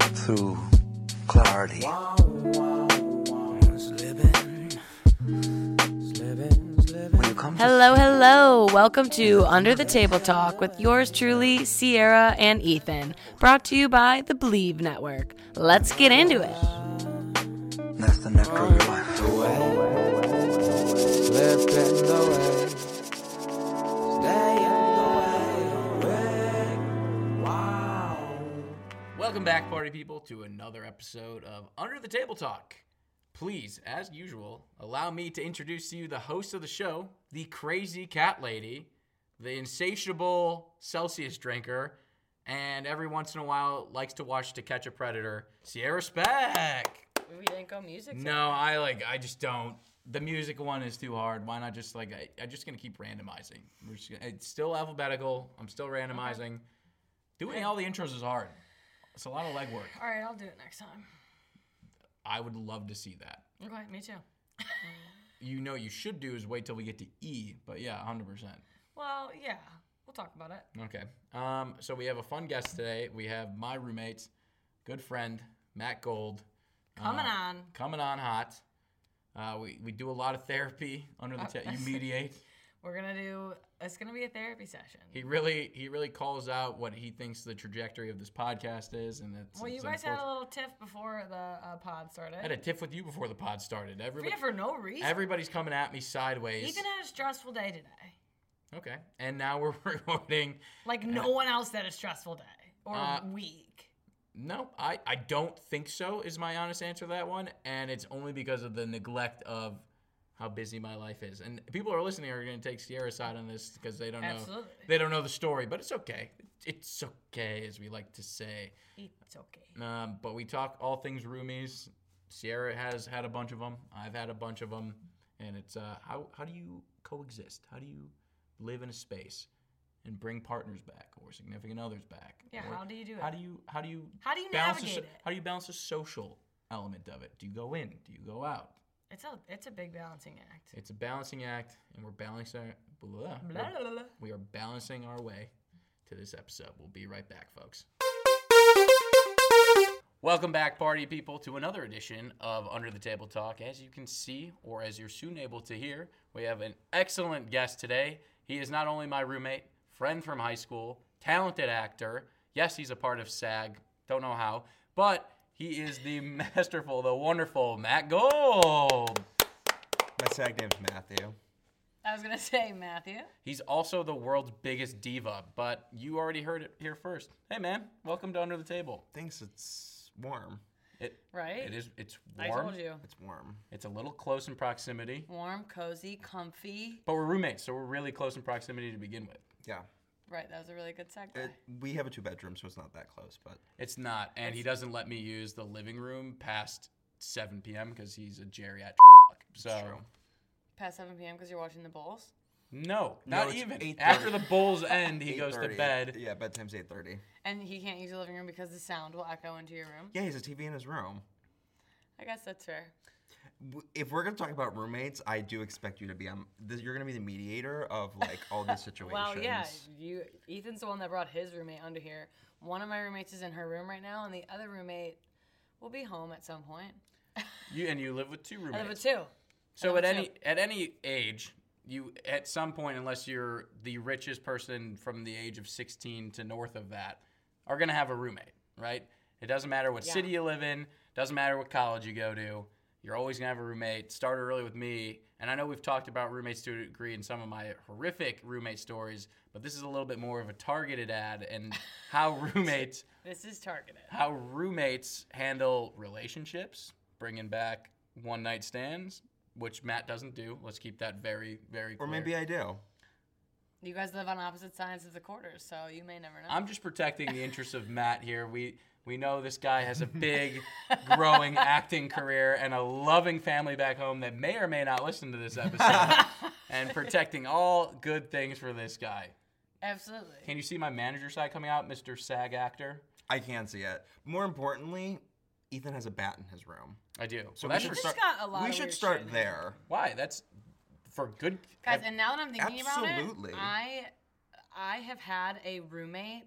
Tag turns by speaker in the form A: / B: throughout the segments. A: through clarity. When you come to
B: Hello, hello. Welcome to Under the Table Talk with yours truly, Sierra and Ethan, brought to you by the Believe Network. Let's get into it.
A: that's the nectar of your life.
C: Welcome back, party people, to another episode of Under the Table Talk. Please, as usual, allow me to introduce to you the host of the show, the crazy cat lady, the insatiable Celsius drinker, and every once in a while likes to watch To Catch a Predator, Sierra Speck.
B: We didn't go music.
C: No, I like, I just don't. The music one is too hard. Why not just like, I, I'm just gonna keep randomizing. We're just gonna, it's still alphabetical. I'm still randomizing. Doing all the intros is hard. It's a lot of legwork.
B: All right, I'll do it next time.
C: I would love to see that.
B: Okay, me too.
C: You know, you should do is wait till we get to E, but yeah, 100%.
B: Well, yeah, we'll talk about it.
C: Okay. Um, so we have a fun guest today. We have my roommate, good friend, Matt Gold,
B: Coming on.
C: coming on hot. Uh, we, we do a lot of therapy under
B: Uh,
C: the ta- you mediate.
B: We're gonna do. It's gonna be a therapy session.
C: He really he really calls out what he thinks the trajectory of this podcast is, and it's
B: Well, you
C: it's
B: guys had a
C: unfortunate.
B: little tiff before the uh, pod started.
C: I had a tiff with you before the pod started. Everybody,
B: yeah, for no reason.
C: everybody's coming at me sideways.
B: Ethan had a stressful day today.
C: okay, and now we're recording.
B: Like no one else had a stressful day or
C: Uh,
B: week.
C: No, I, I don't think so, is my honest answer to that one. And it's only because of the neglect of how busy my life is. And people who are listening are going to take Sierra's side on this because they don't know
B: Absolutely.
C: they don't know the story, but it's okay. It's okay, as we like to say.
B: It's okay.
C: Um, but we talk all things roomies. Sierra has had a bunch of them. I've had a bunch of them, and it's uh, how how do you coexist? How do you live in a space and bring partners back or significant others back?
B: Yeah,
C: Or
B: how do you do
C: How
B: it?
C: do you how do you
B: How do you
C: balance the
B: navigate
C: so-
B: it?
C: How do you balance the social element of it? Do you go in? Do you go out?
B: It's a it's a big balancing act.
C: It's a balancing act, and we're balancing. Our, blah,
B: Blah,
C: we're-
B: blah, blah, blah.
C: we are balancing our way to this episode. We'll be right back, folks. Welcome back, party people, to another edition of Under the Table Talk. As you can see, or as you're soon able to hear, we have an excellent guest today. He is not only my roommate, friend from high school, talented actor. Yes, he's a part of SAG. Don't know how, but he is the masterful, the wonderful Matt Gold.
D: My tag name's Matthew.
B: I was gonna say Matthew.
C: He's also the world's biggest diva, but you already heard it here first. Hey man, welcome to Under the Table.
D: Thinks it's warm.
C: It,
B: Right?
C: It is. It's
B: I
C: warm.
B: told you.
D: It's warm.
C: It's a little close in proximity,
B: Warm, cozy, comfy.
C: but we're roommates, so we're really close in proximity to begin with.
D: Yeah.
B: Right, that was a really good segue.
D: It, we have a two bedroom, so it's not that close, but
C: It's not, and he doesn't let me use the living room past 7 p.m. because he's a geriatric. So
D: true.
B: Past 7 p.m. because you're watching the Bulls.
C: no,
D: No,
C: not
D: it's
C: even.
D: 8:30.
C: After the Bulls end, he goes to
D: 8:30.
C: bed.
D: Yeah, bedtime's eight thirty.
B: And he can't use the living room because the sound will echo into your room.
D: Yeah, he has a TV in his room.
B: I guess that's fair.
D: W- If we're gonna talk about roommates, I do expect you to be um, th- you're gonna be the mediator of like all these situations.
B: Well, yeah, you Ethan's the one that brought his roommate under here. One of my roommates is in her room right now, and the other roommate will be home at some point.
C: You and you live with two roommates.
B: I live with two.
C: So
B: I
C: at
B: don't
C: any at any age, you at some point, unless you're the richest person from the age of 16 to north of that, are gonna have a roommate, right? It doesn't matter what city you live in, doesn't matter what college you go to. You're always gonna have a roommate. Started early with me, and I know we've talked about roommates to a degree in some of my horrific roommate stories, but this is a little bit more of a targeted ad and how roommates
B: This is targeted.
C: how roommates handle relationships, bringing back one night stands, which Matt doesn't do. Let's keep that very, very
D: Or
C: clear.
D: maybe I do.
B: You guys live on opposite sides of the quarters, so you may never know.
C: I'm just protecting the interests of Matt here. We we know this guy has a big, growing acting career and a loving family back home that may or may not listen to this episode. and protecting all good things for this guy.
B: Absolutely.
C: Can you see my manager side coming out, Mr. SAG actor?
D: I can see it. More importantly, Ethan has a bat in his room.
C: I do. So
D: we
C: that
D: should
C: should
B: Just
C: start.
B: got a lot
D: we
B: of
D: should
B: weird
D: start
B: shit.
D: there.
C: Why? That's for good.
B: Guys, and now that I'm thinking about
D: Absolutely.
B: it, I I have had a roommate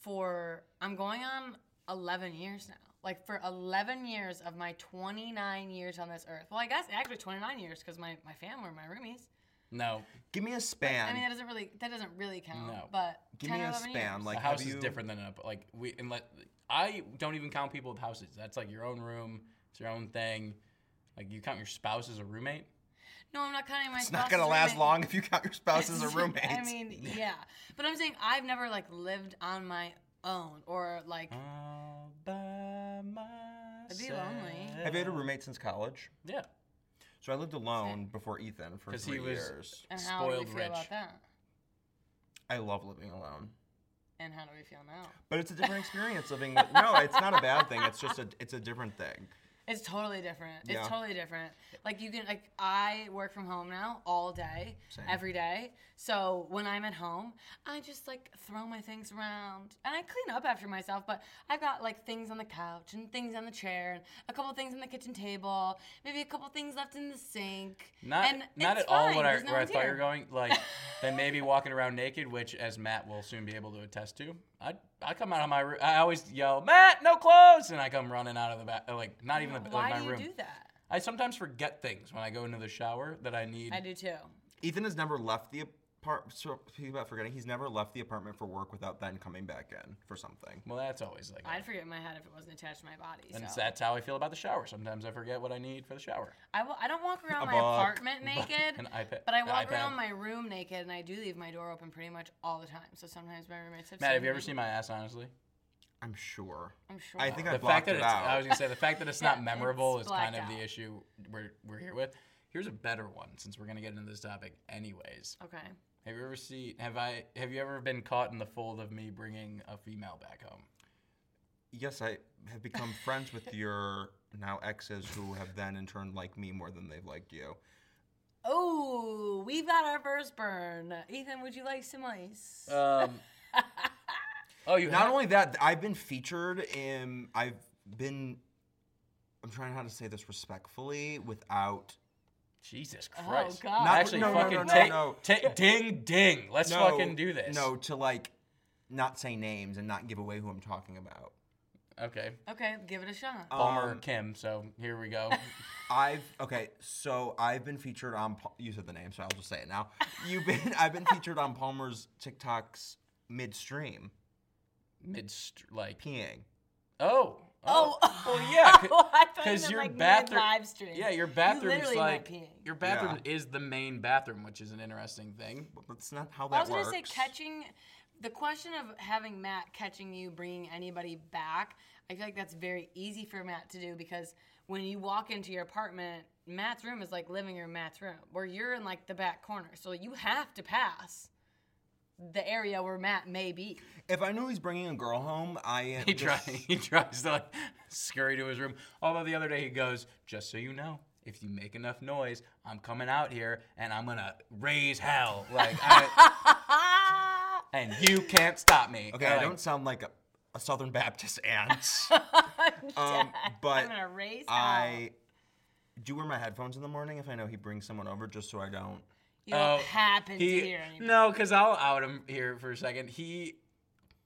B: for I'm going on 11 years now.
E: like for 11 years of my 29 years on this earth. Well, I guess actually 29 years because my, my family were my roomies.
C: No,
D: Give me a span.
E: I mean, that doesn't really that doesn't really count.
C: No.
E: But
D: Give
E: 10
D: me
E: or
D: a
E: 11
D: span.
E: years.
D: Like
C: a house
D: have
C: is
D: you-
C: different than a like we unless I don't even count people with houses. That's like your own room. It's your own thing. Like you count your spouse as a roommate.
E: no, I'm not counting my.
D: It's not
E: spouse's
D: gonna last
E: roommate.
D: long if you count your spouse as a roommate.
E: I mean, yeah, but I'm saying I've never like lived on my own or like
D: Mm.
C: All by
E: I'd be lonely.
C: myself.
D: have you had a roommate since college?
C: Yeah.
D: So I lived alone before Ethan for
C: 'Cause he
D: three
C: was-
D: years.
E: and how do we
C: spoiled
E: feel
C: rich.
E: about that?
D: I love living alone.
E: And how do we feel now?
D: But it's a different experience living with no, it's not a bad thing. It's just a it's a different thing.
E: It's totally different.
D: Yeah.
E: It's totally different. Like you can like I work from home now all day,
D: Same.
E: every day. So when I'm at home, I just like throw my things around and I clean up after myself. But I've got like things on the couch and things on the chair and a couple things on the kitchen table, maybe a couple things left in the sink.
C: Not
E: and
C: not
E: it's
C: at all
E: fine,
C: what I,
E: there's no
C: where I
E: one's
C: thought you
E: here.
C: were going. Like then maybe walking around naked, which as Matt will soon be able to attest to. I I come out of my room. I always yell, Matt, no clothes, and I come running out of the back. Like not even the, like,
E: Why
C: my
E: do you
C: room.
E: do that?
C: I sometimes forget things when I go into the shower that I need.
E: I do too.
D: Ethan has never left the apartment. So speaking about forgetting, he's never left the apartment for work without then coming back in for something.
C: Well, that's always like.
E: I'd forget my head if it wasn't attached to my body.
C: and
E: so.
C: that's how I feel about the shower. Sometimes I forget what I need for the shower.
E: I, will, I don't walk around
D: A
E: my
D: book,
E: apartment naked,
C: an iPad-
E: but I
C: an
E: walk
C: iPad.
E: around my room naked, and I do leave my door open pretty much all the time. So sometimes my roommates have.
C: Matt,
E: seen
C: have you ever
E: me.
C: seen my ass? Honestly,
D: I'm sure.
E: I'm sure.
D: I think I
C: the
D: blocked
C: fact that
D: it
C: it's,
D: out.
C: I was gonna say the fact that it's
E: Yeah,
C: not
E: it's
C: memorable is kind of
E: blacked out.
C: the issue we're we're here with. Here's a better one since we're gonna get into this topic anyways.
E: Okay.
C: Have you ever seen? Have I? Have you ever been caught in the fold of me bringing a female back home?
D: yes, I have become friends with your now exes who have then in turn liked me more than they've liked you.
E: Oh, we've got our first burn. Ethan, would you like some ice?
C: Um, oh, you
D: Not
C: have?
D: only that, I've been featured in. I've been. I'm trying how to say this respectfully without.
C: Jesus Christ!
E: Oh, God.
D: Not-
C: Actually,
D: no, no,
C: fucking
D: no, no,
C: take,
D: no.
C: take- ding ding. Let's
D: No,
C: fucking do this.
D: No, to like, not say names and not give away who I'm talking about.
C: Okay.
E: Okay, give it a shot.
D: Um,
C: Palmer Kim. So here we go.
D: I've okay, so I've been featured on. Pa- You said the name, so I'll just say it now. You've been. I've been featured on Palmer's TikToks midstream
C: Mid like
D: peeing.
C: oh
E: oh,
C: well yeah
E: oh, I thought you
C: because
E: meant
C: your
E: like
C: bathroom
E: live stream.
C: yeah your
E: You
C: bathroom is
E: literally meant
C: like
E: peeing.
C: your bathroom is the main bathroom which is an interesting thing
D: But That's not how that
E: I was
D: works.
E: gonna say catching. The question of having Matt catching you bringing anybody back, I feel like that's very easy for Matt to do because when you walk into your apartment, Matt's room is like living room Matt's room, where you're in like the back corner, so you have to pass the area where Matt may be.
D: If I knew he's bringing a girl home, I am.
C: he tries
D: just-
C: he tries to like scurry to his room although the other day he goes just so you know if you make enough noise I'm coming out here and I'm gonna raise hell like I,
E: Ah,
C: and you can't stop me
D: Okay,
C: Like,
D: I don't sound like a, a Southern Baptist aunt. um,
E: I'm
D: but
E: gonna raise hell.
D: I do wear my headphones in the morning if I know he brings someone over, just so I don't.
E: You don't
C: Oh,
E: happen
C: he
E: to hear anybody.
C: no because i'll out him here for a second he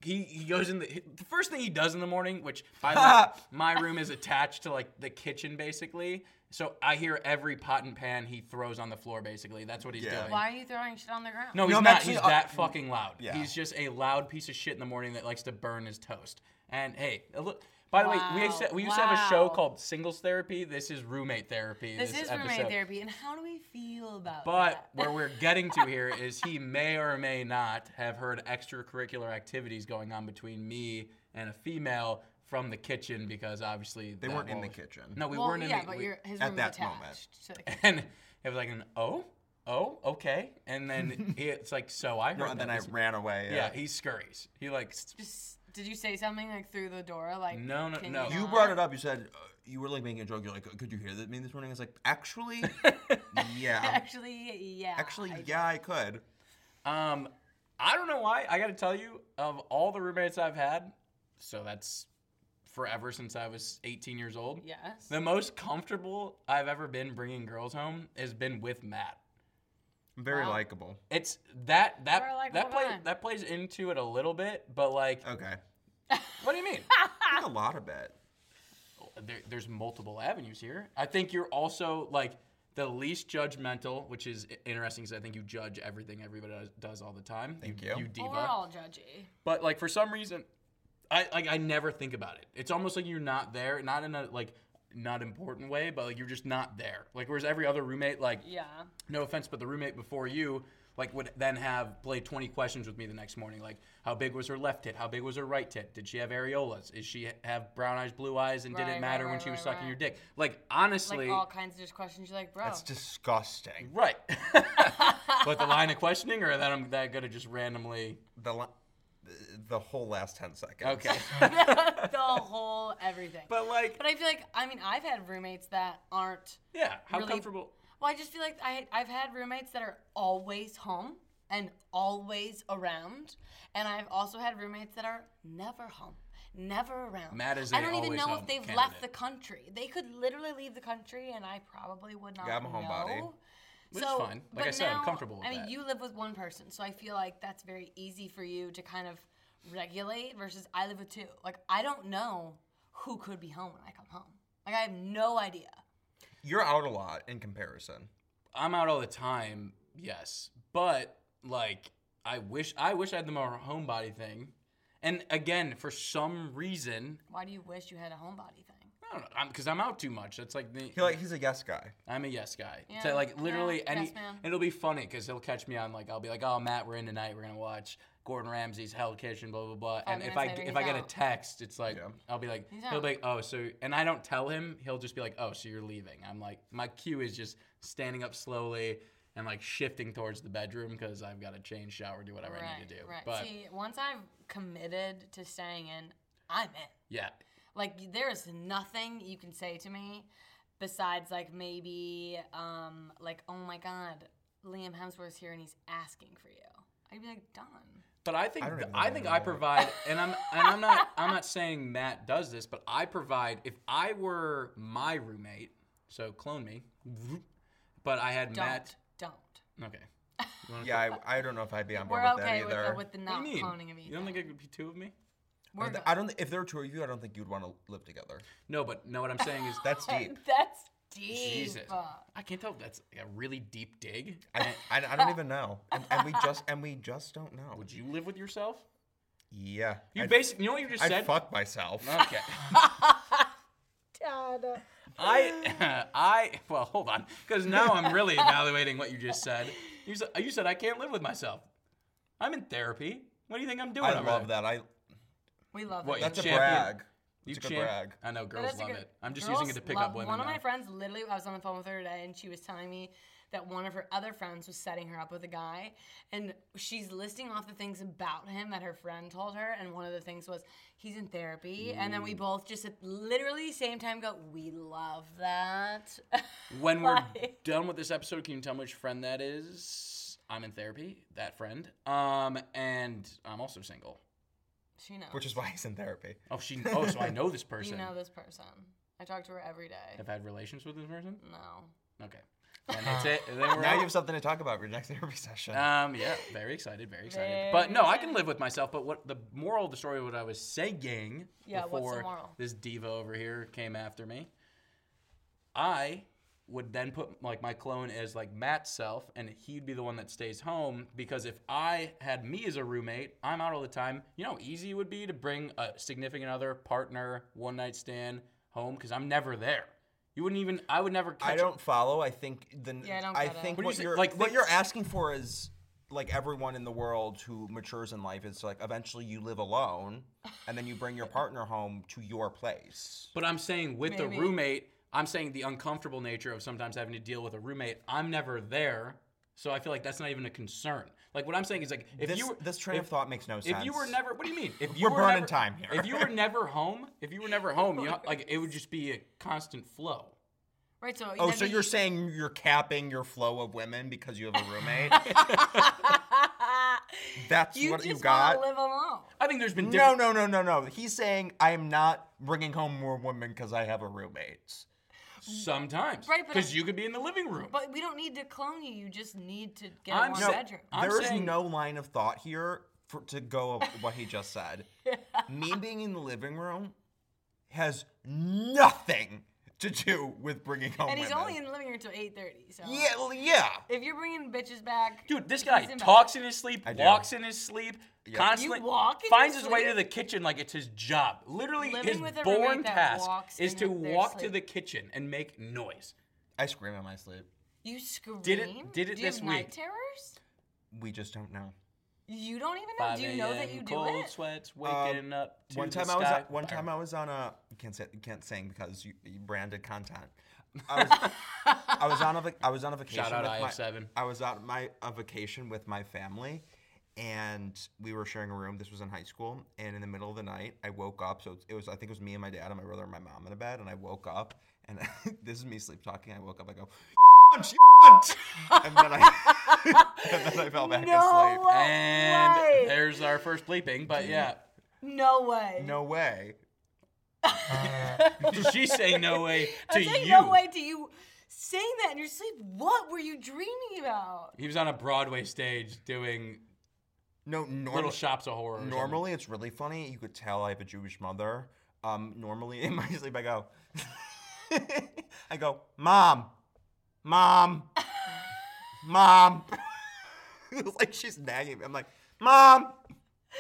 C: he, he goes in the, he- the first thing he does in the morning which i love, my room is attached to like the kitchen basically so i hear every pot and pan he throws on the floor basically that's what he's
D: Yeah.
C: doing
E: Why are you throwing shit on the ground?
C: no he's
D: No, I'm
C: not
D: actually-
C: he's
D: uh,
C: that fucking loud
D: yeah.
C: he's just a loud piece of shit in the morning that likes to burn his toast and hey a look by the way, we,
E: Wow.
C: used to- we used to have a show
E: Wow.
C: called Singles Therapy. This is roommate therapy.
E: This, is roommate
C: episode.
E: therapy, and how do we feel about
C: But
E: that?
C: where we're getting to here is he may or may not have heard extracurricular activities going on between me and a female from the kitchen because obviously
D: They weren't in the kitchen.
C: No, we
E: Well,
C: weren't in
E: yeah,
C: the
E: but
C: we-
E: your, his
D: at
E: room
D: that
E: attached
D: moment.
E: to the kitchen.
C: And it was like an oh, oh, okay, and then he, it's like so I heard
D: No, and
C: that
D: then I
C: this-
D: ran away.
C: yeah, he scurries. He like s-
E: Just did you say something like through the door? Like
C: No, no,
E: can
C: no.
D: You
E: not?
D: brought it up. You said uh, you were like making a joke. You're like, "Uh, could you hear that me this morning? I was like, actually, yeah,
E: Actually, yeah.
D: actually,
E: I-
D: yeah, I could.
C: um, I don't know why. I got to tell you, of all the roommates I've had, so that's forever since I was 18 years old.
E: yes.
C: The most comfortable I've ever been bringing girls home has been with Matt.
D: I'm very
E: Wow.
D: likable.
C: It's that that
E: You're a likable
C: that plays
E: guy.
C: that plays
D: Uh.
C: into it a little bit, but like,
D: Okay,
C: what do you mean?
D: I think a lot of it.
C: there, there's multiple avenues here. I think you're also like the least judgmental, which is i- interesting because I think you judge everything everybody does, does all the time.
D: Thank
C: you.
D: you.
C: diva.
E: Well, we're all judgy.
C: But like for some reason, I like I never think about it. It's almost like you're not there, not in a like not important way, but like you're just not there. Like whereas every other roommate, like
E: Yeah.
C: no offense, but the roommate before you, like would then have play 20 questions with me the next morning, like how big was her left tit, how big was her right tit, did she have areolas, is she have brown eyes, blue eyes, and did
E: Right,
C: it
E: right,
C: matter when
E: right,
C: she was
E: right,
C: sucking
E: right.
C: your dick? Like
E: Like
C: honestly,
E: all kinds of just questions. You're like, bro.
C: Oh.
D: That's disgusting.
C: right. but the line of questioning, or that I'm that gonna just randomly.
D: The li- the whole last ten seconds.
C: Okay.
E: the whole everything. But,
C: but like,
E: I feel like I mean I've had roommates that aren't.
C: yeah, how
E: Really-
C: comfortable?
E: Well, I just feel like I I've had roommates that are always home and always around, and I've also had roommates that are never home. Never around.
C: Matt is
E: I
C: a
E: don't even
C: always
E: know
C: home
E: if they've
C: candidate.
E: left the country. They could literally leave the country, and I probably would not.
D: Yeah, I'm a homebody.
E: know.
C: Which is fine. Like I
E: but
C: said, I'm comfortable with
E: I mean,
C: that.
E: you live with one person, so I feel like that's very easy for you to kind of regulate. Versus, I live with two. Like I don't know who could be home when I come home. Like I have no idea.
D: You're out a lot in comparison.
C: I'm out all the time, yes. But like I wish I wish I had the more homebody thing. And again, for some reason,
E: Why do you wish you had a homebody thing?
C: I don't know, because I'm, out too much. That's like the
D: He like he's a yes guy.
C: I'm a yes guy.
E: Yeah,
C: So like
E: yeah,
C: literally any
E: yes, ma'am.
C: it'll be funny because he'll catch me on like I'll be like, "Oh, Matt, we're in tonight. We're going to watch Gordon Ramsay's Hell Kitchen, blah blah blah." and if
E: minutes
C: I
E: later,
C: if
E: he's
C: I get a
E: out.
C: text, it's like
D: Yeah.
C: I'll be like
E: He's
C: he'll be
E: out.
C: like, "Oh, so and I don't tell him. He'll just be like, "Oh, so you're leaving." I'm like my cue is just standing up slowly and like shifting towards the bedroom cuz I've got to change, shower, do whatever I need to do.
E: Right.
C: But
E: See, once I've committed to staying in, I'm in.
C: yeah.
E: Like y- there is nothing you can say to me besides like maybe um like oh my god, Liam Hemsworth's here and he's asking for you. I'd be like done.
C: But I think
D: don't
C: th-
D: even know
C: I
D: what
C: think
D: I
C: I
D: want.
C: provide, and I'm and I'm not I'm not saying Matt does this, but I provide. If I were my roommate, so clone me, but I had
E: Don't.
C: Matt.
E: Don't.
C: Okay.
D: Yeah, I, I don't know if I'd be on board
E: We're
D: with
E: okay
D: that
E: with
D: either.
E: the, with the
C: What
E: not
C: do you mean?
E: cloning of each
C: you don't think it could be two of me?
E: We're good.
D: I don't. thi- If there were two of you, I don't think you'd want to live together.
C: No, but no. What I'm saying is
D: That's deep.
E: That's deep.
C: Jesus. I can't tell. if That's a really deep dig.
D: I, I, I don't even know. And, and we just and we just don't know.
C: Would you live with yourself?
D: Yeah.
C: You
D: I'd,
C: basically, you know what you just
D: I'd
C: said.
D: fuck myself.
C: Okay. I, I, well, hold on, because now I'm really evaluating what you just said. You said, you said I can't live with myself. I'm in therapy. What do you think I'm doing?
D: I
C: over
D: love
C: there?
D: that. I.
E: We love
C: What,
E: it.
C: you
D: That's a
C: champion.
D: brag.
C: You
D: It's a good
C: champ-
D: brag.
C: I know
E: But
C: girls
E: that's a
C: love
E: good-
C: it. I'm just
E: girls
C: using it to pick
E: love-
C: up women.
E: One of
C: now.
E: my friends, literally, I was on the phone with her today, and she was telling me that one of her other friends was setting her up with a guy, and she's listing off the things about him that her friend told her, and one of the things was he's in therapy, and then we both just at literally same time go, we love that.
C: When we're
E: Like-
C: done with this episode, can you tell me which friend that is? I'm in therapy. That friend. Um, and I'm also single.
E: she knows.
D: Which is why he's in therapy.
C: Oh, she. Oh, so I know this person.
E: you know this person. I talk to her every day.
C: I've had relations with this person.
E: No.
C: Okay. And that's it. And then we're
D: Now
C: out.
D: you have something to talk about for your next therapy session.
C: Um, yeah, very excited, very excited. but no, I can live with myself. But what the moral of the story, what I was saying
E: Yeah, what's the
C: before
E: moral?
C: this diva over here came after me, I would then put like my clone as like Matt's self, and he'd be the one that stays home because if I had me as a roommate, I'm out all the time. You know, how easy it would be to bring a significant other, partner, one night stand home because I'm never there. You wouldn't even. I would never. Catch
D: I don't follow. I think the
E: Yeah, I don't get it.
D: think
C: What do you
D: what
C: say-
D: you are
C: like,
D: like what
C: think-
D: you're asking for is like everyone in the world who matures in life is like eventually you live alone and then you bring your partner home to your place.
C: But I'm saying with the
E: Maybe.
C: roommate, I'm saying the uncomfortable nature of sometimes having to deal with a roommate. I'm never there, so I feel like that's not even a concern. Like what I'm saying is like if
D: this
C: you were,
D: this train
C: if,
D: of thought makes no sense.
C: if you were never, what do you mean? If you
D: We're
C: were
D: burning
C: never-
D: time here.
C: If you were never home, if you were never home, you like it would just be a constant flow.
E: Right, so
D: Oh,
E: that'd
D: so
E: be-
D: you're saying you're capping your flow of women because you have a roommate? That's
E: you
D: what
E: just
D: you
E: wanna
D: got?
E: live alone.
C: I think there's been
D: No,
C: different-
D: no, no, no, no. He's saying I'm not bringing home more women because I have a roommate.
C: sometimes
E: Right, but I-
C: because you could be in the living room.
E: But we don't need to clone you. You just need to get
C: I'm
E: one
C: so-
E: bedroom.
C: I'm
D: there is
C: saying-
D: no line of thought here for, to go of what he just said. Me being in the living room, has nothing to do with bringing
C: Oh
D: home
E: And he's
D: women.
E: only in the living room until 8:30. So
D: yeah, well, yeah.
E: if you're bringing bitches back,
C: Dude, this guy
E: he's in
C: talks in his sleep,
D: do.
C: walks in his sleep, constantly
E: You walk in
C: finds
E: your
C: his way
E: sleep?
C: to the kitchen like it's his job. Literally,
E: Living
C: his
E: with a roommate
C: born
E: that
C: task
E: walks
C: is
E: in
C: to
E: their
C: walk to
E: sleep.
C: the kitchen and make noise.
D: I scream in my sleep.
E: You scream.
C: did it
E: do you
C: this
E: have night
C: week.
E: terrors?
D: We just don't know.
E: You don't even know. Do you know that
C: 5
E: you do
C: cold
E: it?
C: sweats, waking up. To
D: Um, one time
C: the
D: I was
C: sky.
D: on, one time I was on a you can't say you can't sing because you, you branded content. I was, I was on a vac- I was on a vacation.
C: Shout out
D: with my,
C: IF7.
D: I was on my a vacation with my family, and we were sharing a room. This was in high school, and in the middle of the night, I woke up. So it was I think it was me and my dad and my brother and my mom in a bed, and I woke up, and this is me sleep talking. I woke up. I go. "Cunt, cunt," and then I, and then I fell back
E: No
D: asleep.
E: way.
C: And
E: Why?
C: there's our first bleeping, but yeah.
E: No way.
D: No way.
C: Did she say no way to
E: I'm saying
C: you?
E: no way to you saying that in your sleep. What were you dreaming about?
C: He was on a Broadway stage doing
D: No,
C: Little
D: normal.
C: Shops of Horror. or something.
D: Normally, it's really funny. You could tell I have a Jewish mother. Um, normally, in my sleep, I go, I go, mom, mom, mom. it's like she's nagging me. I'm like, mom,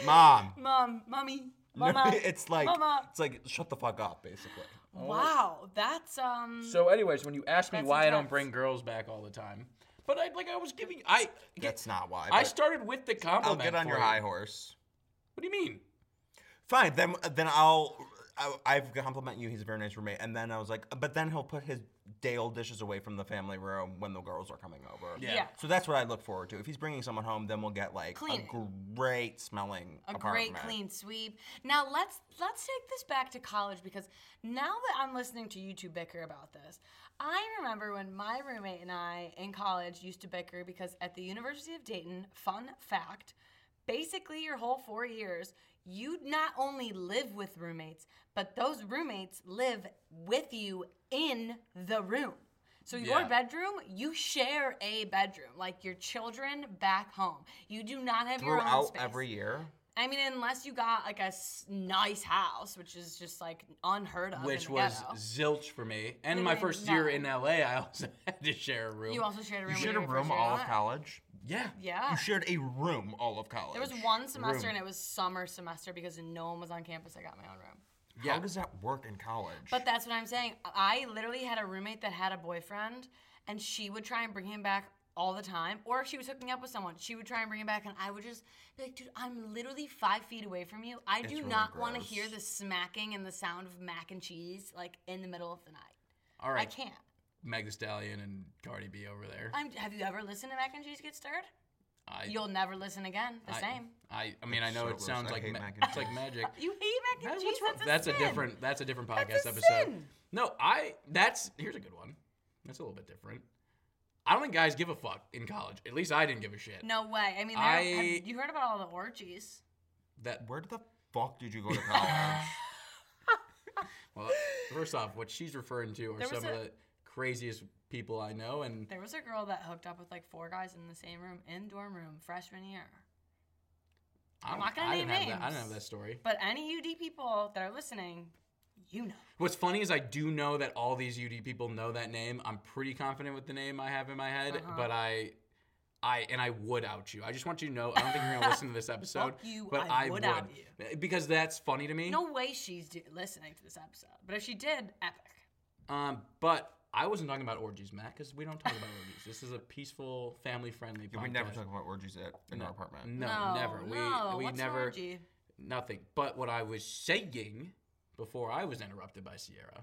D: mom.
E: Mom, mommy, mama.
D: it's like,
E: mama.
D: it's like, shut the fuck up, basically.
E: Wow, that's um.
C: So, anyways, when you ask me
E: That's
C: why I don't
E: intense.
C: bring girls back all the time, but I like I was giving I
D: That's not why.
C: I
D: but
C: started with the
D: I'll
C: compliment.
D: get on your
C: for you.
D: high horse.
C: What do you mean?
D: Fine. Then, uh, then I'll. I, I've compliment you. He's a very nice roommate. And then I was like, uh, but then he'll put his day old dishes away from the family room when the girls are coming over.
E: yeah,
C: Yeah.
D: So that's what I look forward to. If he's bringing someone home, then we'll get like
E: Clean.
D: a great smelling
E: a
D: apartment.
E: great clean sweep. Now let's let's take this back to college because now that I'm listening to you two bicker about this, I remember when my roommate and I in college used to bicker because at the University of Dayton, fun fact, basically your whole four years. You not only live with roommates, but those roommates live with you in the room. So your
C: Yeah.
E: bedroom, you share a bedroom, like your children back home. You do not have your own
D: Throughout
E: space.
D: every year.
E: I mean, unless you got like a s- nice house, which is just like unheard of. in
C: Which
E: the
C: was
E: ghetto.
C: zilch for me. And
E: Literally
C: my first year
E: nothing.
C: in LA, I also had to share a room.
E: you also shared a room.
D: You
E: with
D: shared a
E: your first
D: room
E: year
D: all of
E: out.
D: college.
C: yeah.
E: Yeah,
D: You shared a room all of college.
E: there was one semester and it was summer semester because no one was on campus. I got my own room.
D: How does that work in college?
E: But that's what I'm saying. I literally had a roommate that had a boyfriend, and she would try and bring him back all the time. Or if she was hooking up with someone, she would try and bring him back, and I would just be like, dude, I'm literally five feet away from you. I do
D: really
E: not want to
D: gross.
E: hear the smacking and the sound of mac and cheese like in the middle of the night.
C: All
E: I
C: right.
E: can't.
C: Meg Thee Stallion and Cardi B over there.
E: I'm, have you ever listened to mac and cheese get stirred?
C: I,
E: You'll never listen again. The
C: I,
E: same.
C: I, I mean, I
D: It's
C: know
D: so
C: it
D: gross.
C: sounds
D: I
C: like
D: hate
C: ma-
D: mac and
C: it's like
D: cheese.
C: magic.
E: You hate mac and
C: That's,
E: cheese.
C: what's wrong-
E: That's a,
C: that's a
E: sin.
C: different. That's a different podcast
E: a
C: episode.
E: sin.
C: No, I. That's here's a good one. That's a little bit different. I don't think guys give a fuck in college. At least I didn't give a shit.
E: No way. I mean, there-
C: I-
E: have you heard about all the orgies?
C: That
D: Where the fuck did you go to college?
C: well, first off, what she's referring to are
E: There was
C: some of
E: a-
C: the craziest people I know, and
E: There was a girl that hooked up with like four guys in the same room in dorm room freshman year.
C: I
E: I'm
C: don't-
E: not gonna
C: I didn't
E: name
C: have that. I didn't
E: names.
C: have that story.
E: But any UD people that are listening, you know.
C: What's funny is I do know that all these UD people know that name. I'm pretty confident with the name I have in my head,
E: Uh-huh.
C: but I, I and I would out you. I just want you to know. I don't think you're gonna listen to this episode,
E: Fuck you,
C: but
E: I would out
C: because that's funny to me.
E: No way she's do- listening to this episode. But if she did, epic.
C: Um, but I wasn't talking about orgies, Matt, because we don't talk about orgies. This is a peaceful, family-friendly podcast.
D: we never talk about orgies at, in our apartment.
C: No, never. We
E: no,
C: we
E: what's an
C: never
E: orgy?
C: nothing. But what I was saying before I was interrupted by Sierra,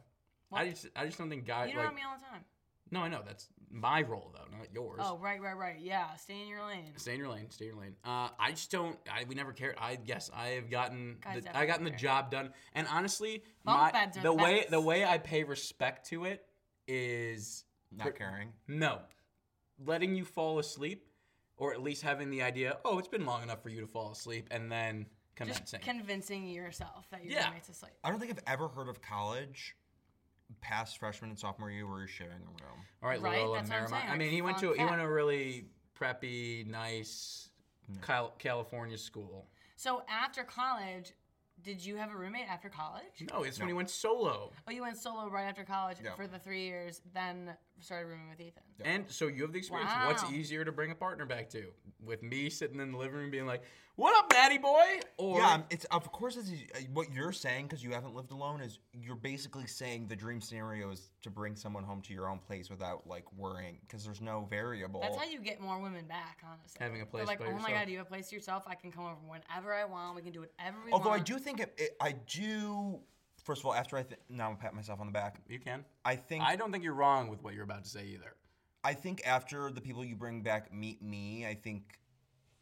C: I just I just don't think guys
E: You know
C: like
E: me all the time.
C: no, I know that's my role though, not yours.
E: Oh, right, right, right. Yeah, stay in your lane.
C: Stay in your lane. Stay in your lane. Uh, I just don't. I we never cared. I guess I have gotten.
E: Guys
C: The, I gotten the
E: definitely
C: job done. And honestly,
E: Bunk
C: my,
E: beds are
C: the
E: the
C: way
E: best.
C: the way I pay respect to it is
D: Not caring.
C: No. Letting you fall asleep, or at least having the idea, oh, it's been long enough for you to fall asleep, and then
E: Just
C: commencing.
E: convincing yourself that your
C: Yeah.
E: roommate's asleep.
D: I don't think I've ever heard of college past freshman and sophomore year where you're sharing a room.
C: All right,
E: Right,
C: Loyola
E: that's what I'm
C: Marymount.
E: saying,
C: I
E: like,
C: mean, he went to
E: fun
C: he went to
E: fact.
C: a really preppy, nice Cal- California school.
E: So after college, Did you have a roommate after college?
C: No, it's when he went solo.
E: Oh, you went solo right after college
D: Yeah.
E: for the three years, then started rooming with Ethan.
C: And so you have the experience. What's
E: Wow.
C: easier to bring a partner back to? With me sitting in the living room being like, "What up, Matty boy?" Or
D: Yeah, um, it's of course it's easy- uh, what you're saying because you haven't lived alone is you're basically saying the dream scenario is to bring someone home to your own place without like worrying because there's no variable.
E: That's how you get more women back, honestly.
C: Having a place
E: They're like,
C: by
E: oh my
C: yourself."
E: god, you have a place to yourself. I can come over whenever I want. We can do whatever we
D: Although I
E: want.
D: do think it, it, I do. First of all, after I th- now I'm gonna pat myself on the back.
C: you can.
D: I think
C: I don't think you're wrong with what you're about to say either.
D: I think after the people you bring back meet me, I think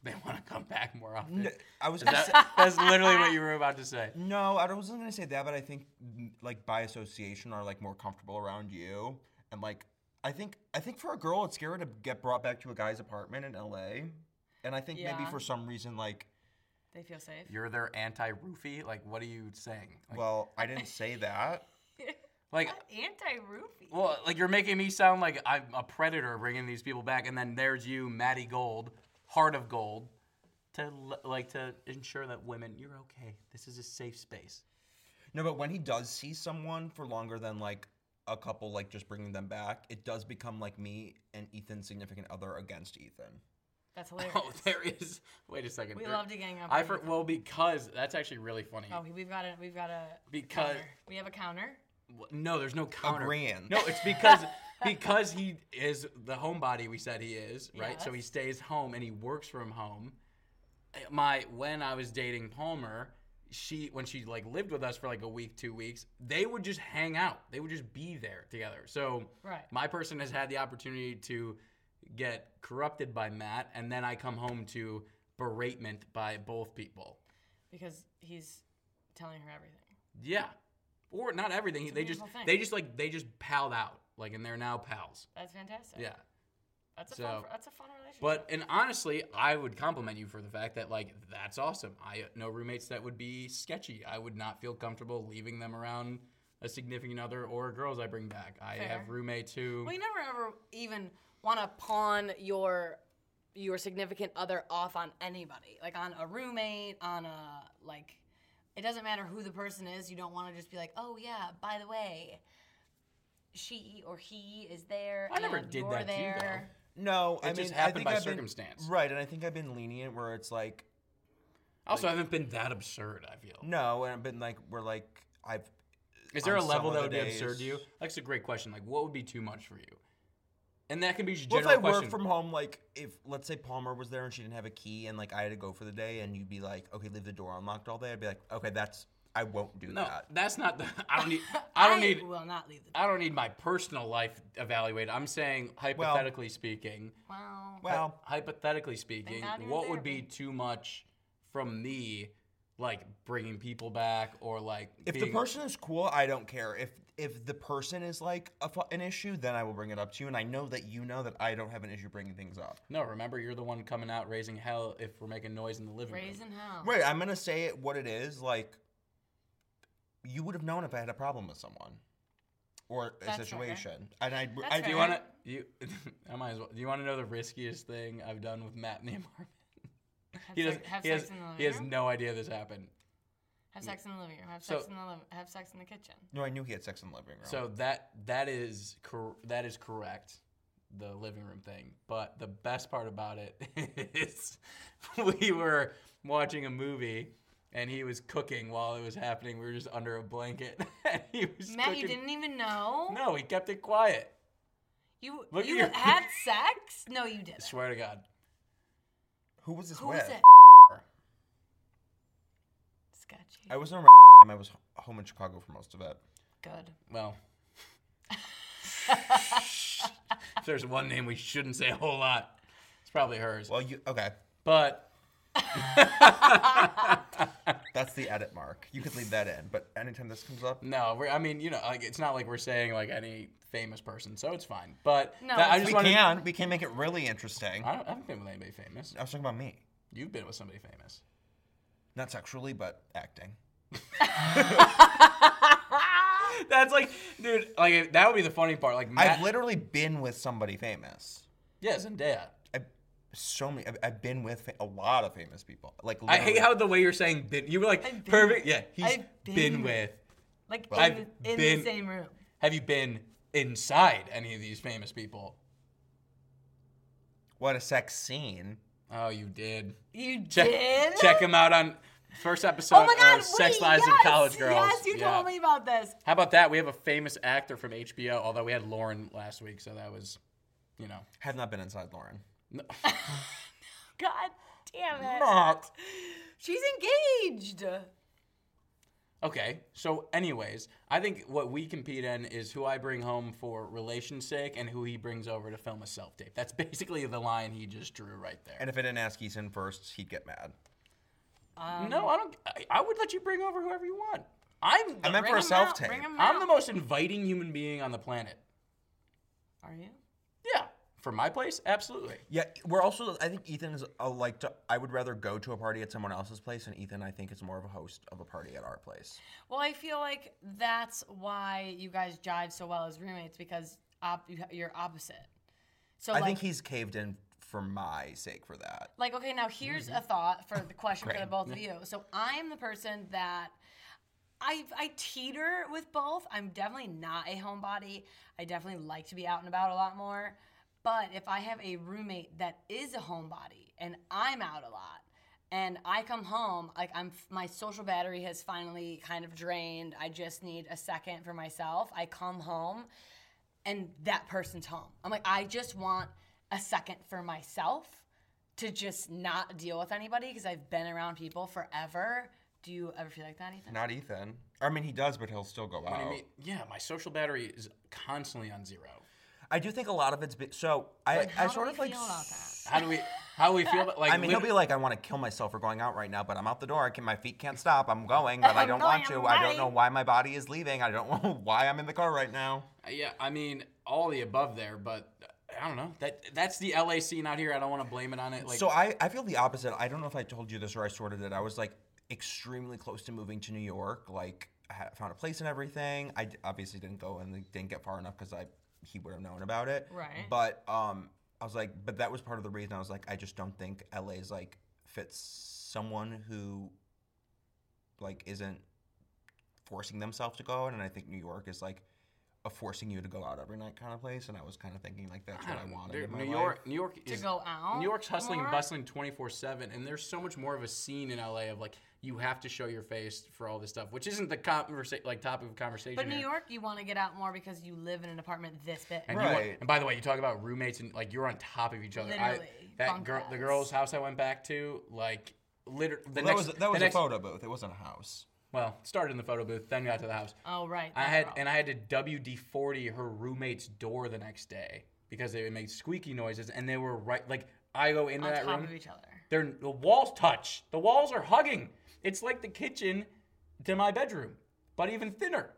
C: They want to come back more often.
D: N- I was gonna say,
C: That- that's literally what you were about to say.
D: no, I wasn't gonna say that, but I think mm, like by association are like more comfortable around you, and like I think I think for a girl it's scary to get brought back to a guy's apartment in L.A., and I think maybe
E: Yeah.
D: for some reason like
E: They feel safe.
C: You're their anti-roofie. Like, what are you saying? Like,
D: well I didn't say that.
C: like,
E: Anti-roofie.
C: well, like you're making me sound like I'm a predator bringing these people back, and then there's you, Maddie Gold, Heart of Gold, to l- like to ensure that women, you're okay. This is a safe space.
D: No, but when he does see someone for longer than like a couple, like just bringing them back, it does become like me and Ethan's significant other against Ethan.
E: That's hilarious.
C: Oh, there is. Wait a second.
E: We
C: There-
E: love to gang up
C: I
E: on
C: for,
E: people.
C: well because that's actually really funny.
E: Oh, we've got a we've got a
C: Because-
E: counter. we have a counter.
C: Wh- No, there's no counter.
D: Agreeing.
C: No, it's because because he is the homebody we said he is, right? So he
E: Yes.
C: stays home and he works from home. Uh, My when I was dating Palmer, she when she like lived with us for like a week, two weeks, they would just hang out. They would just be there together. So
E: Right.
C: my person has had the opportunity to get corrupted by Matt, and then I come home to beratement by both people.
E: because he's telling her everything.
C: Yeah. Or not everything.
E: a
C: they just
E: beautiful thing.
C: they just like they just palled out. Like and they're now pals.
E: That's fantastic.
C: Yeah.
E: that's a
C: so-
E: fun, that's a fun relationship.
C: But and honestly, I would compliment you for the fact that like that's awesome. I know roommates that would be sketchy. I would not feel comfortable leaving them around a significant other or girls I bring back. I have
E: Fair.
C: roommates who
E: well, you never ever even want to pawn your your significant other off on anybody, like on a roommate, on a like. It doesn't matter who the person is. You don't want to just be like, oh yeah, by the way, she or he is there.
C: I never
E: and
C: did
E: you're
C: that to you,
E: there.
C: though.
D: No, I
C: It
D: mean,
C: just
D: I
C: happened
D: think
C: by
D: I've been-
C: circumstance.
D: right, and I think I've been lenient where it's like,
C: also haven't been that absurd, I feel.
D: no, and I've been like, we're like, I've.
C: Is there
D: on
C: a level
D: some
C: that
D: of
C: would
D: the
C: be absurd to you?
D: days-
C: That's a great question. Like what would be too much for you? And that can be just
D: Well, if
C: general
D: I
C: question.
D: work from home, like if let's say Palmer was there and she didn't have a key, and like I had to go for the day, and you'd be like, okay, leave the door unlocked all day. I'd be like, okay, that's I won't do
C: no,
D: that.
C: that's not the I don't need I don't need
E: will not leave the.
C: I don't need my personal life evaluated. I'm saying hypothetically speaking.
E: Wow.
D: Well,
C: hypothetically speaking,
E: not in
C: what would be
E: therapy.
C: too much from me, like bringing people back or like
D: If the
C: being-
D: person is cool, I don't care. If if the person is like a, fu- an issue, then I will bring it up to you, and I know that you know that I don't have an issue bringing things up.
C: No, remember you're the one coming out raising hell if we're making noise in the living room.
E: Raising hell.
D: Right, I'm gonna say it what it is. Like, you would have known if I had a problem with someone or a
E: That's fair.
D: situation, and I.
E: That's
D: I
E: fair.
C: Do you want to? You, I might as well. Do you want to know the riskiest thing I've done with Matt in the apartment?
E: Have,
C: He,
E: sex,
C: does,
E: have
C: he,
E: sex
C: has,
E: in the living
C: he has
E: room.
C: no idea this happened.
E: Have sex in the living room. Have sex
C: So-
E: in the living. Have sex in the kitchen.
D: No, I knew he had sex in the living room.
C: So that that is cor- that is correct, the living room thing. But the best part about it is we were watching a movie and he was cooking while it was happening. We were just under a blanket and he was
E: Matt,
C: cooking.
E: you didn't even know.
C: No, he kept it quiet.
E: You
C: Look at
E: you
C: your-
E: had sex? No, you didn't.
C: Swear to God.
D: who was this
E: Who
D: with?
E: was it? Sketchy.
D: I was around. I was h- home in Chicago for most of it.
E: Good.
C: Well, if there's one name we shouldn't say a whole lot, it's probably hers.
D: Well, you okay?
C: But
D: That's the edit mark. You could leave that in, but anytime this comes up,
C: No, we're, I mean, you know, like it's not like we're saying like any famous person, so it's fine. But
E: No,
C: that- I
E: it's
C: just
D: we
C: wanted,
D: can. We can make it really interesting.
C: I, don't, I haven't been with anybody famous.
D: I was talking about me,
C: You've been with somebody famous.
D: not sexually, but acting.
E: Ah.
C: That's like, dude, like that would be the funny part. Like, Matt,
D: I've literally been with somebody famous.
C: yeah, Zendaya.
D: I, so many. I've, I've been with fa- a lot of famous people. Like
C: I hate
D: literally.
C: how the way you're saying been. You were like
E: I've been
C: perfect.
E: with-
C: Yeah, he's
E: I've
C: been,
E: been
C: with.
E: with. Like
C: I've
E: in, the, in
C: been-
E: the same room.
C: Have you been inside any of these famous people?
D: what a sex scene.
C: Oh, you did.
E: You
C: Check
E: did.
C: check him out on first episode
E: Oh my God!
C: of Sex
E: wait,
C: Lies
E: yes,
C: of College Girls.
E: Yes, you
C: Yeah.
E: told me about this.
C: How about that? We have a famous actor from HBO, although we had Lauren last week, so that was, you know.
D: Have not been inside Lauren.
E: God damn it!
D: Not.
E: She's engaged.
C: Okay, so anyways, I think what we compete in is who I bring home for relation's sake and who he brings over to film a self tape. That's basically the line he just drew right there.
D: And if I didn't ask Eason first, he'd get mad.
C: no, I don't. I, I would let you bring over whoever you want. I'm
D: I
C: the,
D: meant
E: Bring
D: for a
E: 'em
D: self
E: out,
D: tape.
E: bring 'em
C: I'm the
E: out.
C: most inviting human being on the planet.
E: Are you?
C: Yeah, for my place, absolutely.
D: Yeah, we're also. I think Ethan is a, like. To, I would rather go to a party at someone else's place, and Ethan, I think, is more of a host of a party at our place.
E: Well, I feel like that's why you guys jive so well as roommates because op- you- you're opposite. So
D: I
E: like,
D: think he's caved in for my sake for that.
E: like okay, now here's
C: Mm-hmm.
E: a thought for the question for the both of you. So I'm the person that I I teeter with both. I'm definitely not a homebody. I definitely like to be out and about a lot more. But if I have a roommate that is a homebody and I'm out a lot and I come home, like I'm my social battery has finally kind of drained. I just need a second for myself. I come home and that person's home. I'm like I just want a second for myself to just not deal with anybody because I've been around people forever. Do you ever feel like that, Ethan?
D: Not Ethan. I mean, he does, but he'll still go
C: I
D: out.
C: mean, yeah, my social battery is constantly on zero.
D: I do think a lot of it's. Be- so I, I
E: How do
D: sort
E: we
D: of like.
E: feel about that?
C: How do we? How do we feel? About, like
D: I mean, he'll
C: lit-
D: be like, I want to kill myself for going out right now, but I'm out the door. I can, my feet can't stop. I'm going, but I don't want to.
E: going,
D: I
E: I'm
D: don't know
E: running.
D: why my body is leaving. I don't know why I'm in the car right now.
C: Yeah, I mean, all the above there, but I don't know. That that's the LA scene out here. I don't want to blame it on it. Like,
D: so I, I feel the opposite. I don't know if I told you this or I sorted it. I was like extremely close to moving to New York. Like I had, found a place and everything. I d- obviously didn't go and like, didn't get far enough because I he would have known about it.
E: Right.
D: But um, I was like, but that was part of the reason I was like, I just don't think LA's like fits someone who like isn't forcing themselves to go out, and I think New York is like. A forcing you to go out every night kind of place, and I was kind of thinking like that's what I, wanted.
C: dude,
D: in my
C: New
D: life.
C: York, New York is
E: go out
C: New York's hustling and
E: more?
C: bustling twenty four seven, and there's so much more of a scene in LA of like you have to show your face for all this stuff, which isn't the conversa- like topic of conversation.
E: But New
C: here.
E: York, you want to get out more because you live in an apartment this big.
C: And, you want-
D: Right.
C: and by the way, you talk about roommates and like you're on top of each other. I,
E: Literally,
C: that
E: bunk
C: girl, the
E: beds.
C: girl's house I went back to, like, literally. The
D: that
C: next,
D: was
C: the
D: that was
C: next-
D: a photo booth. It wasn't a house.
C: Well, started in the photo booth, then got to the house.
E: Oh right.
C: I
E: that
C: had
E: girl.
C: and I had to WD forty her roommate's door the next day because they would make squeaky noises and they were right like I go into
E: on
C: that
E: top
C: room.
E: of each other.
C: They're the walls touch. The walls are hugging. It's like the kitchen to my bedroom, but even thinner.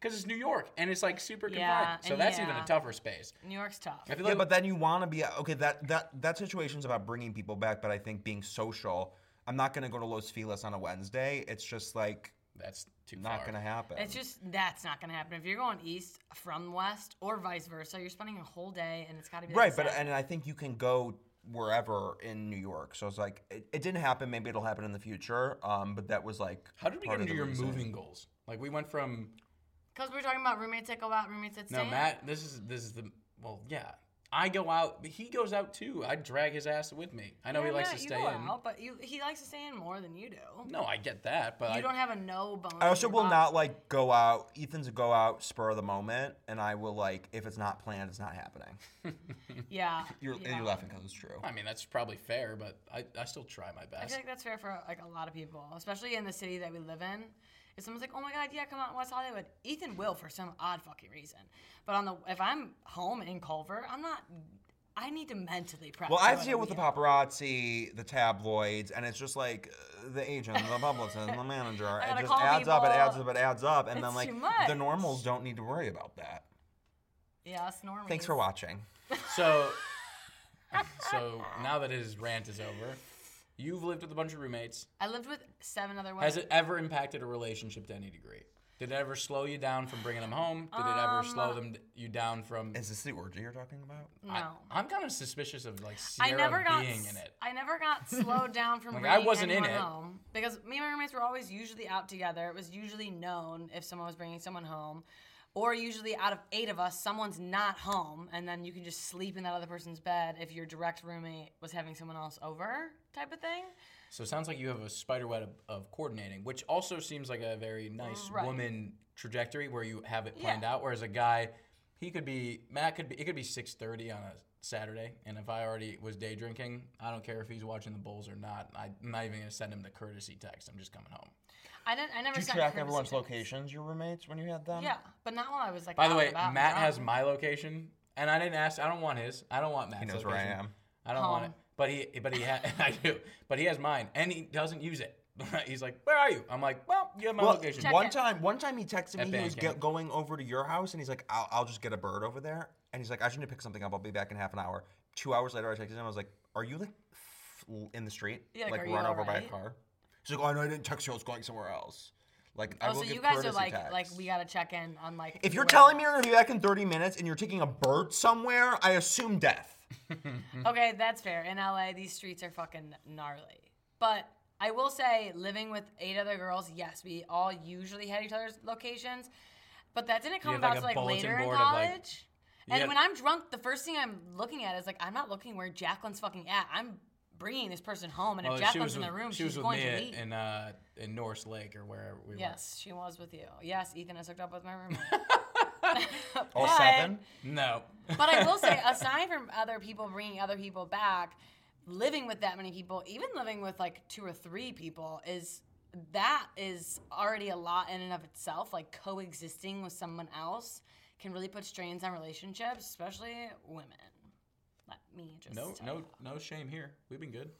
C: Because it's New York and it's like super
E: Yeah,
C: confined. So
E: and
C: that's even a
E: yeah.
C: tougher space.
E: New York's tough.
C: I feel
D: Yeah,
C: like
D: but then you want to be okay. That that that situation's about bringing people back, but I think being social. I'm not gonna go to Los Feliz on a Wednesday. It's just like
C: that's too
D: not
C: far.
D: gonna happen.
E: It's just that's not gonna happen if you're going east from west or vice versa. You're spending a whole day and it's got to be like
D: right, but
E: Saturday.
D: and I think you can go wherever in New York. So it's like it, it didn't happen. Maybe it'll happen in the future. Um, but that was like
C: How did we
D: part
C: get
D: of
C: into
D: the
C: your
D: reason.
C: moving goals? Like we went from
E: because we're talking about roommates that go out, roommates that stay.
C: No,
E: in.
C: Matt. This is this is the well, yeah. I go out. He goes out too. I drag his ass with me. I know
E: Yeah,
C: he likes
E: yeah,
C: to
E: you
C: stay
E: go
C: in.
E: out, but you, he likes to stay in more than you do.
C: No, I get that, but I,
E: You don't have a no bone.
D: I also
E: in
D: will
E: your
D: not
E: body.
D: like go out. Ethan's a go out spur of the moment, and I will like if it's not planned, it's not happening.
E: Yeah.
D: You're
E: yeah.
D: and you're laughing because it's true.
C: I mean that's probably fair, but I, I still try my
E: I
C: best.
E: feel like that's fair for like a lot of people, especially in the city that we live in. If someone's like, "Oh my God, yeah, come on, West Hollywood," Ethan will for some odd fucking reason. But on the if I'm home in Culver, I'm not. I need to mentally prep.
D: Well,
E: for
D: I
E: what
D: deal
E: I'm
D: with the
E: doing.
D: paparazzi, the tabloids, and it's just like uh, the agent, the publicist, the manager. It
E: gotta
D: just
E: call
D: adds up, it
E: people.
D: adds up, it adds up, and then
E: It's
D: like
E: too
D: the
E: much.
D: normals don't need to worry about that.
E: Yeah, us normies.
D: Thanks for watching.
C: so so now that his rant is over, you've lived with a bunch of roommates.
E: I lived with seven other women.
C: Has it ever impacted a relationship to any degree? Did it ever slow you down from bringing them home? Did it
E: Um,
C: ever slow them you down from?
D: Is this the orgy you're talking about?
E: No.
C: I, I'm kind of suspicious of like
E: I
C: Sierra
E: never got
C: being
E: s-
C: in it.
E: I never got slowed down from
C: Like, I
E: bringing
C: wasn't in
E: anyone
C: it.
E: home because me and my roommates were always usually out together. It was usually known if someone was bringing someone home, or usually out of eight of us, someone's not home, and then you can just sleep in that other person's bed if your direct roommate was having someone else over, type of thing.
C: So it sounds like you have a spider web of, of coordinating, which also seems like a very nice
E: Right.
C: woman trajectory where you have it planned
E: Yeah.
C: out. Whereas a guy, he could be Matt could be it could be six thirty on a Saturday, and if I already was day drinking, I don't care if he's watching the Bulls or not. I, am not even gonna send him the courtesy text. I'm just coming home.
E: I didn't. I never.
D: Did you
E: sent
D: track
E: courtesy
D: everyone's
E: texts.
D: locations, your roommates, when you had them?
E: Yeah, but not while I was like.
C: By the
E: out
C: way,
E: and about and
C: Matt
E: drunk.
C: has my location, and I didn't ask. I don't want his. I don't want Matt's.
D: knows where I
C: location.
D: am.
C: I don't want it.
E: Home.
C: But he, but he, ha- I do. But he has mine, and he doesn't use it. He's like, "Where are you?" I'm like, "Well, you have my
D: Well,
C: location."
E: Check
D: one
E: it.
D: time, one time he texted
C: At
D: me. He was
C: Bandcamp.
D: go- going over to your house, and he's like, I'll, "I'll just get a bird over there." And he's like, "I should need to pick something up. I'll be back in half an hour." Two hours later, I texted him. I was like, "Are you like f- in the street?
E: Yeah, like, are you
D: run over by a
E: alright?
D: car?" He's like, "Oh no, I didn't text you. I was going somewhere else." Like, I
E: Oh,
D: will
E: so
D: give
E: you guys are
D: courtesy
E: like, like
D: texts.
E: we gotta check in on like.
D: If you're
E: where-
D: telling me you're gonna be back in 30 minutes and you're taking a bird somewhere, I assume death.
E: Okay, that's fair. In LA, these streets are fucking gnarly. But I will say, living with eight other girls, yes, we all usually had each other's locations, but that didn't come
C: have,
E: about
C: like, a
E: till, like
C: bulletin
E: later in
C: board of,
E: college.
C: like-
E: and
C: Yeah.
E: when I'm drunk, the first thing I'm looking at is like, I'm not looking where Jacqueline's fucking at. I'm bringing this person home, and
C: Well, Oh,
E: if
C: she
E: Jacqueline's
C: was
E: in the
C: with-
E: room,
C: She
E: she's
C: was with
E: going
C: me
E: to
C: at-
E: leave.
C: in uh, in Norse Lake or where we
E: yes, she was with you. Yes, Ethan, I hooked up with my roommate.
D: All
E: But-
D: Oh, seven.
C: were. No.
E: But I will say, aside from other people bringing other people back, living with that many people, even living with like two or three people, is that is already a lot in and of itself. Like coexisting with someone else can really put strains on relationships, especially women. Let me just
C: no,
E: tell
C: no,
E: you.
C: no shame here. We've been good.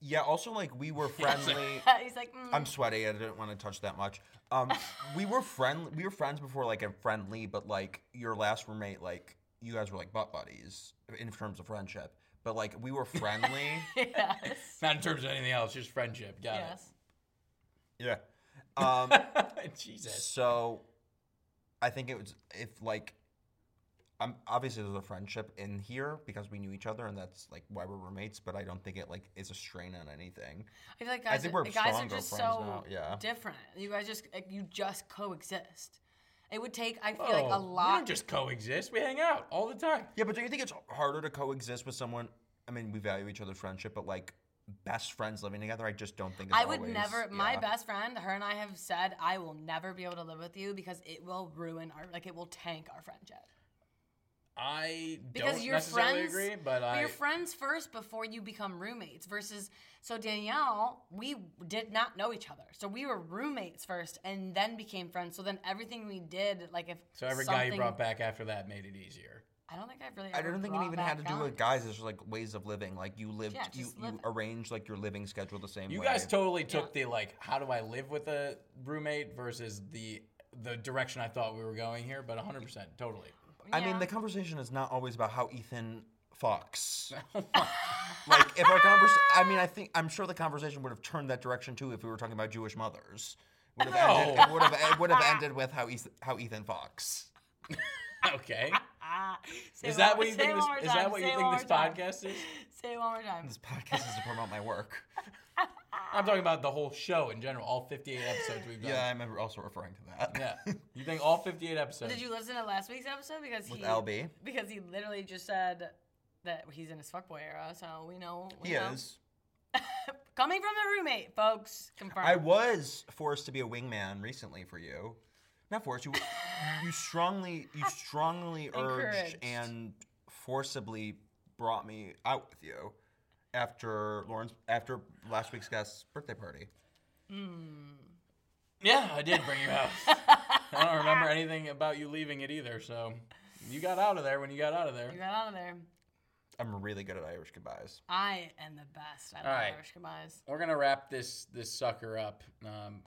D: Yeah. Also, like we were friendly.
E: He's like, mm,
D: I'm sweaty. I didn't want to touch that much. Um, we were friendly. We were friends before, like, and friendly. But like your last roommate, like you guys were like butt buddies in terms of friendship. But like we were friendly.
E: yes,
C: Not in terms of anything else, just friendship. Got
E: yes.
D: yeah. Um,
C: it. Jesus.
D: so I think it was if like. I'm, obviously, there's a friendship in here because we knew each other, and that's like why we're roommates. But I don't think it like is a strain on anything.
E: I feel like guys,
D: think we're
E: guys are
D: stronger
E: just
D: friends
E: so
D: now, yeah.
E: different. You guys just like, you just coexist. It would take I feel
C: Whoa,
E: like a
C: Oh, We
E: lot.
C: don't just coexist. We hang out all the time.
D: Yeah, but don't you think it's harder to coexist with someone? I mean, we value each other's friendship, but like best friends living together, I just don't think. It's
E: I would
D: always-
E: never. My
D: yeah.
E: best friend, her and I have said, I will never be able to live with you because it will ruin our, like, it will tank our friendship.
C: I
E: Because
C: don't
E: you're
C: necessarily
E: friends,
C: agree, but I.
E: you're friends first before you become roommates. Versus, so Danielle, we did not know each other, so we were roommates first, and then became friends. So then everything we did, like, if
C: so every guy you
E: something-
C: brought back after that made it easier.
E: I don't think I've really.
D: I
E: ever
D: don't think it
E: brought
D: even had to
E: back
D: do with
E: guys.
D: guys. It's just like ways of living. Like you lived,
E: Yeah,
D: you,
E: just
D: you
E: live-
D: arranged like your living schedule the same
C: You
D: way.
C: guys totally took the like, how do I live with a roommate versus the the direction I thought we were going here, but 100 percent, totally.
D: I
E: Yeah.
D: mean, the conversation is not always about how Ethan fucks.
C: Oh
D: like if our conversation, I mean, I think I'm sure the conversation would have turned that direction too if we were talking about Jewish mothers. Would have ended, it would have, it would have ended with how Ethan, how Ethan fucks.
C: Okay.
E: Say
C: Is
E: it
C: that
E: one-
C: what you
E: say it
C: think? This,
E: one more
C: is
E: time,
C: that what you
E: say it
C: think
E: one
C: this
E: more time.
C: podcast is?
E: Say it one more time.
D: This podcast is to promote my work.
C: I'm talking about the whole show in general, all 58 episodes we've done.
D: Yeah, I'm also referring to that.
C: Yeah. You think all 58 episodes?
E: Did you listen to last week's episode? Because
D: With
E: he,
D: LB?
E: Because he literally just said that he's in his fuckboy era, so we know. We
D: he
E: know.
D: is.
E: Coming from the roommate, folks. Confirmed.
D: I was forced to be a wingman recently for you. Not forced. You, you strongly, you strongly urged
E: Encouraged.
D: and forcibly brought me out with you after Lauren's after last week's guest's birthday party.
C: yeah, I did bring you out. I don't remember anything about you leaving it either, so you got out of there when you got out of there.
E: You got out of there.
D: I'm really good at Irish goodbyes.
E: I am the best. I love
C: right.
E: Irish goodbyes.
C: We're gonna wrap this this sucker up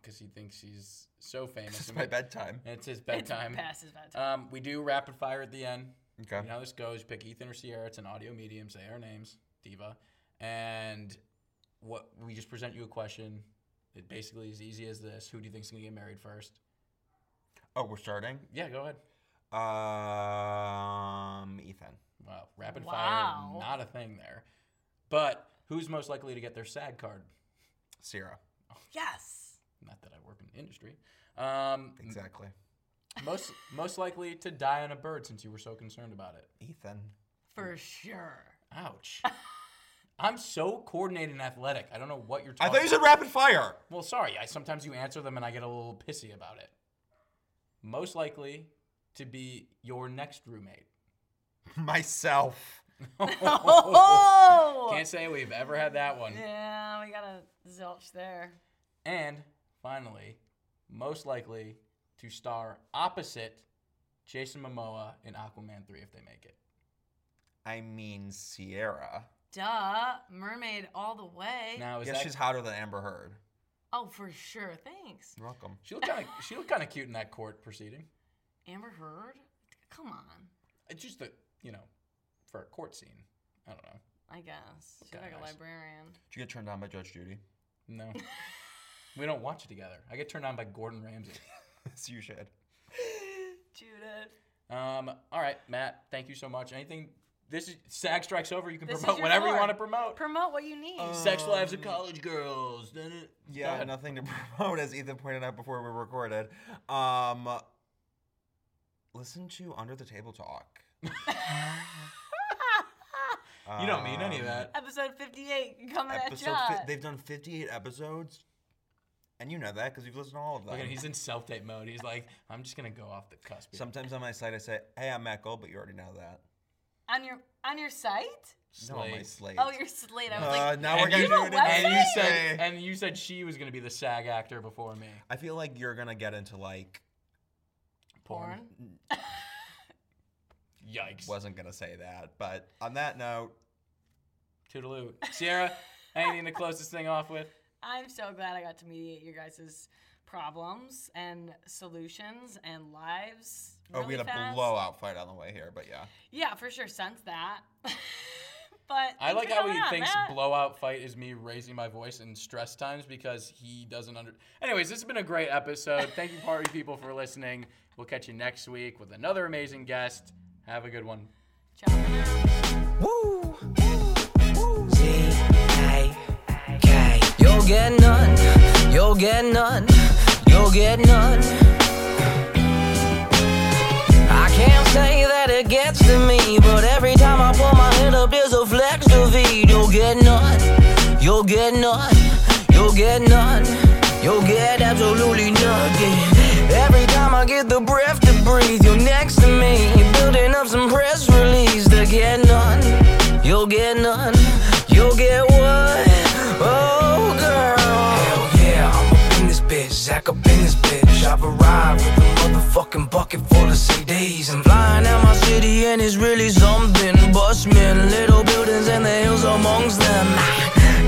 C: because he thinks he's so famous.
D: It's my bedtime.
C: And It's his bedtime.
E: Past his bedtime.
C: Um, we do rapid fire at the end.
D: Okay.
C: You know how this goes. You pick Ethan or Sierra. It's an audio medium. Say our names, Diva, and what we just present you a question. It basically is easy as this: Who do you think's gonna get married first?
D: Oh, we're starting.
C: Yeah, go ahead.
D: Um, Ethan.
C: Wow, rapid
E: Wow.
C: fire, not a thing there. But who's most likely to get their SAG card?
D: Sierra.
C: Uh.
E: Yes.
C: Not that I work in industry. Um,
D: Exactly.
C: most most likely to die on a bird since you were so concerned about it.
D: Ethan.
E: For sure.
C: Ouch. I'm so coordinated and athletic. I don't know what you're
D: I
C: talking.
D: thought you said rapid fire.
C: Well, sorry. I sometimes you answer them and I get a little pissy about it. Most likely to be your next roommate.
D: Myself.
E: Oh.
C: Can't say we've ever had that one.
E: Yeah, we got a zilch there.
C: And finally, most likely to star opposite Jason Momoa in Aquaman 3 if they make it.
D: I mean Sierra.
E: Duh, mermaid all the way.
C: Now is
D: Yes,
C: that
D: she's hotter than Amber Heard.
E: Oh, for sure. Thanks.
D: You're welcome.
C: she looked kind of she looked kind of cute in that court proceeding.
E: Amber Heard? Come on.
C: It's just that you know for a court scene. I don't know.
E: I guess. She's
C: Okay,
E: like a
C: nice.
E: librarian.
D: Did you get turned down by Judge Judy?
C: No, we don't watch it together. I get turned on by Gordon Ramsay.
D: so you should.
E: Judith.
C: Um, all right, Matt. Thank you so much. Anything? This is SAG strikes over. You can
E: This is
C: promote
E: your
C: whatever you
E: hour.
C: want to promote.
E: Promote what you need.
C: Sex lives of college girls. Dun- dun- Go
D: Um, Yeah,
C: ahead.
D: nothing to promote, as Ethan pointed out before we recorded. Um, listen to Under the Table Talk. Uh.
C: You don't mean
D: um,
C: any of that.
E: Episode 58 coming at
D: Episode
E: ya.
D: fi- they've done 58 episodes, and you know that because you've listened to all of them.
C: Look at him, he's in self tape mode. He's like, I'm just gonna go off the cusp. here."
D: Sometimes on my site I say, "Hey, I'm Matt Gold," but you already know that.
E: on your on your site?
D: No, on my
C: Slade.
D: slate.
E: Oh, your slate. I was
D: Uh,
E: like,
D: now we're
C: And
D: gonna
C: you-
D: do it
E: You have a
D: again.
C: and you said,
D: Hey.
C: and you said she was gonna be the SAG actor before me.
D: I feel like you're gonna get into like
E: porn.
C: Yikes.
D: wasn't gonna say that, but on that note,
C: Toodaloo. Sierra, anything to close this thing off with?
E: I'm so glad I got to mediate your guys' problems and solutions and lives.
D: oh, we
E: really
D: had a
E: fast.
D: blowout fight on the way here, but yeah.
E: Yeah, for sure. Sense that. but
C: I
E: thanks
C: like
E: for
C: how
E: coming
C: he
E: on,
C: thinks
E: Matt.
C: blowout fight is me raising my voice in stress times because he doesn't under. Anyways, this has been a great episode. Thank you, party people, for listening. We'll catch you next week with another amazing guest. Have a good one.
E: Ciao for now.
A: Woo. G-A-K. You'll get none. You'll get none. You'll get none. I can't say that it gets to me, but every time I pull my head up, there's a flex to feed. You'll get none. You'll get none. You'll get none. You'll get absolutely nothing. Every time I get the breath to breathe, you're next to me. Building up some press release to get none. You'll get none. You'll get what? Oh, girl. Hell yeah, I'm up in this bitch, Zach up in this bitch. I've arrived with a motherfucking bucket full of CDs. I'm flying out my city and it's really something. Bushmen, little buildings and the hills amongst them.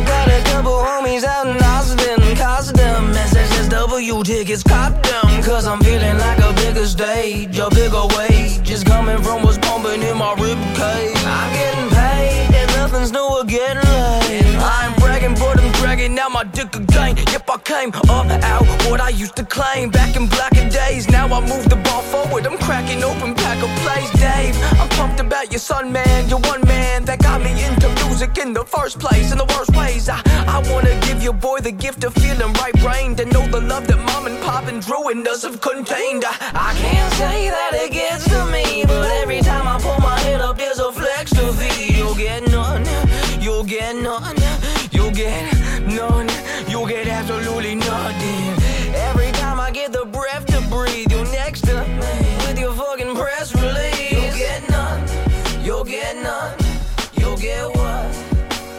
A: Got a couple homies out in Austin, custom SSSW tickets, cop them. Cause I'm feeling like a bigger stage, a bigger wage is coming from what's pumping in my ribcage. I'm getting paid and nothing's new or getting laid. I'm bragging, but I'm dragging out my dick again. Yep, I came up out what I used to claim back in blacker days. Now I move the ball forward. I'm cracking open pack of plays, Dave. I'm pumped about your son, man. Your one man that got me into music in the first place, in the worst ways. I, I wanna give your boy the gift of feeling right brained and know the love that mom and pop and Drew and us have contained. I, I can't say that it gets to me, but every time I pull my head up, there's a flex to feed. You'll get none, you'll get none, you'll get none, you'll get absolutely nothing. Every time I get the breath to breathe, you're next to me with your fucking press release. You'll get none, you'll get none, you'll get what?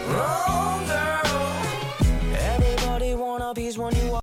A: Wrong, girl. Everybody want a piece when you walk.